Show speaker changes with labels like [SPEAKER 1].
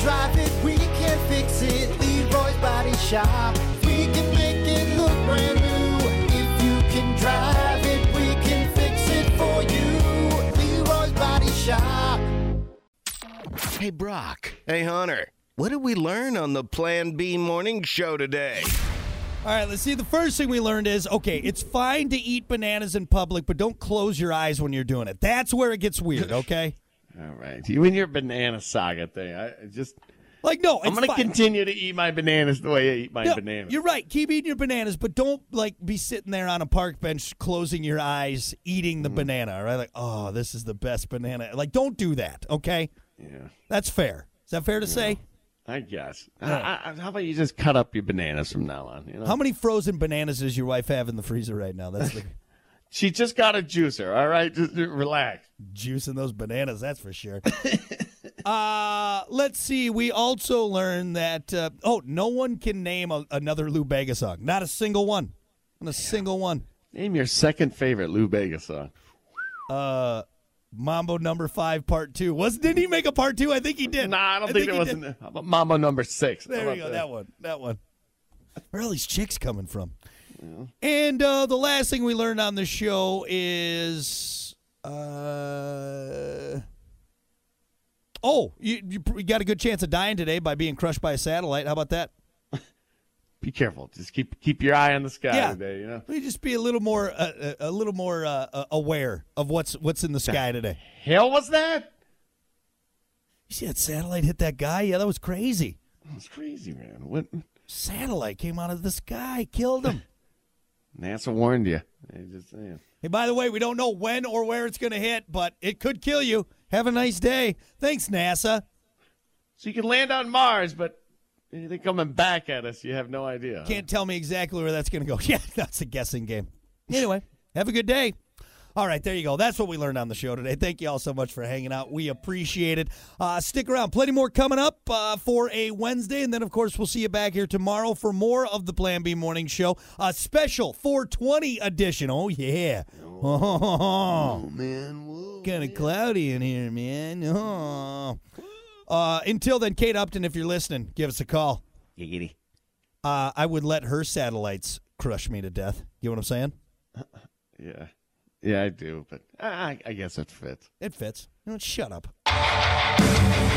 [SPEAKER 1] drive it, we can fix it. Leroy's Body Shop. We can make it look brand new. If you can drive it, we can fix it for you. Leroy's Body Shop.
[SPEAKER 2] Hey, Brock.
[SPEAKER 3] Hey, Hunter, what did we learn on the Plan B morning show today?
[SPEAKER 4] All right, let's see. The first thing we learned is okay, it's fine to eat bananas in public, but don't close your eyes when you're doing it. That's where it gets weird, okay?
[SPEAKER 5] All right, you and your banana saga thing. I I just
[SPEAKER 4] Like, no,
[SPEAKER 5] I'm
[SPEAKER 4] it's
[SPEAKER 5] gonna
[SPEAKER 4] fine.
[SPEAKER 5] continue to eat my bananas the way I eat my
[SPEAKER 4] No,
[SPEAKER 5] bananas.
[SPEAKER 4] You're right. Keep eating your bananas, but don't like be sitting there on a park bench closing your eyes eating
[SPEAKER 5] Mm-hmm.
[SPEAKER 4] the banana, all right? Like, oh, this is the best banana. Like, don't do that, okay?
[SPEAKER 5] Yeah,
[SPEAKER 4] That's fair. Is that fair to say?
[SPEAKER 5] I guess. I, I, how about you just cut up your bananas from now on? You know,
[SPEAKER 4] How many frozen bananas does your wife have in the freezer right now? That's the
[SPEAKER 5] she just got a juicer. All right, just uh, relax.
[SPEAKER 4] juicing those bananas, that's for sure. uh, let's see. We also learned that, uh, oh, no one can name a, another Lou Bega song. Not a single one. Not a single one.
[SPEAKER 5] Name your second favorite Lou Bega song.
[SPEAKER 4] Mambo number five, part two. Was Didn't he make a part two? I think he did.
[SPEAKER 5] Nah, I don't think,
[SPEAKER 4] he
[SPEAKER 5] there
[SPEAKER 4] did.
[SPEAKER 5] wasn't. How about Mama number six? How
[SPEAKER 4] There
[SPEAKER 5] about
[SPEAKER 4] you go.
[SPEAKER 5] that?
[SPEAKER 4] That one. That one. Where are all these chicks coming from? And uh, the last thing we learned on the show is, uh, oh, you, you, pr- you got a good chance of dying today by being crushed by a satellite. How about that?
[SPEAKER 5] Be careful. Just keep keep your eye on the sky
[SPEAKER 4] Yeah.
[SPEAKER 5] today. You know,
[SPEAKER 4] We just be a little more, uh, uh, a little more uh, uh, aware of what's what's in the sky today.
[SPEAKER 5] hell was that?
[SPEAKER 4] You see that satellite hit that guy? Yeah, that was crazy.
[SPEAKER 5] It's crazy, man. What
[SPEAKER 4] Satellite came out of the sky, killed him.
[SPEAKER 5] NASA warned you. I just saying.
[SPEAKER 4] Hey, by the way, we don't know when or where it's going to hit, but it could kill you. Have a nice day. Thanks, NASA.
[SPEAKER 5] So you can land on Mars, but they're coming back at us. You have no idea.
[SPEAKER 4] Can't tell me exactly where that's going to go. Yeah, that's a guessing game. Anyway, have a good day. All right, there you go. That's what we learned on the show today. Thank you all so much for hanging out. We appreciate it. Uh, stick around. Plenty more coming up uh, for a Wednesday. And then, of course, we'll see you back here tomorrow for more of the Plan B Morning Show, a special 420 edition. Oh, yeah. Oh,
[SPEAKER 5] man. Whoa.
[SPEAKER 4] kind of cloudy in here, man. Oh. Uh, until then, Kate Upton, if you're listening, give us a call.
[SPEAKER 3] Giggity.
[SPEAKER 4] Uh, I would let her satellites crush me to death. You know what I'm saying?
[SPEAKER 5] Yeah, yeah, I do. But I, I- I guess it fits.
[SPEAKER 4] It fits. You know what? Shut up.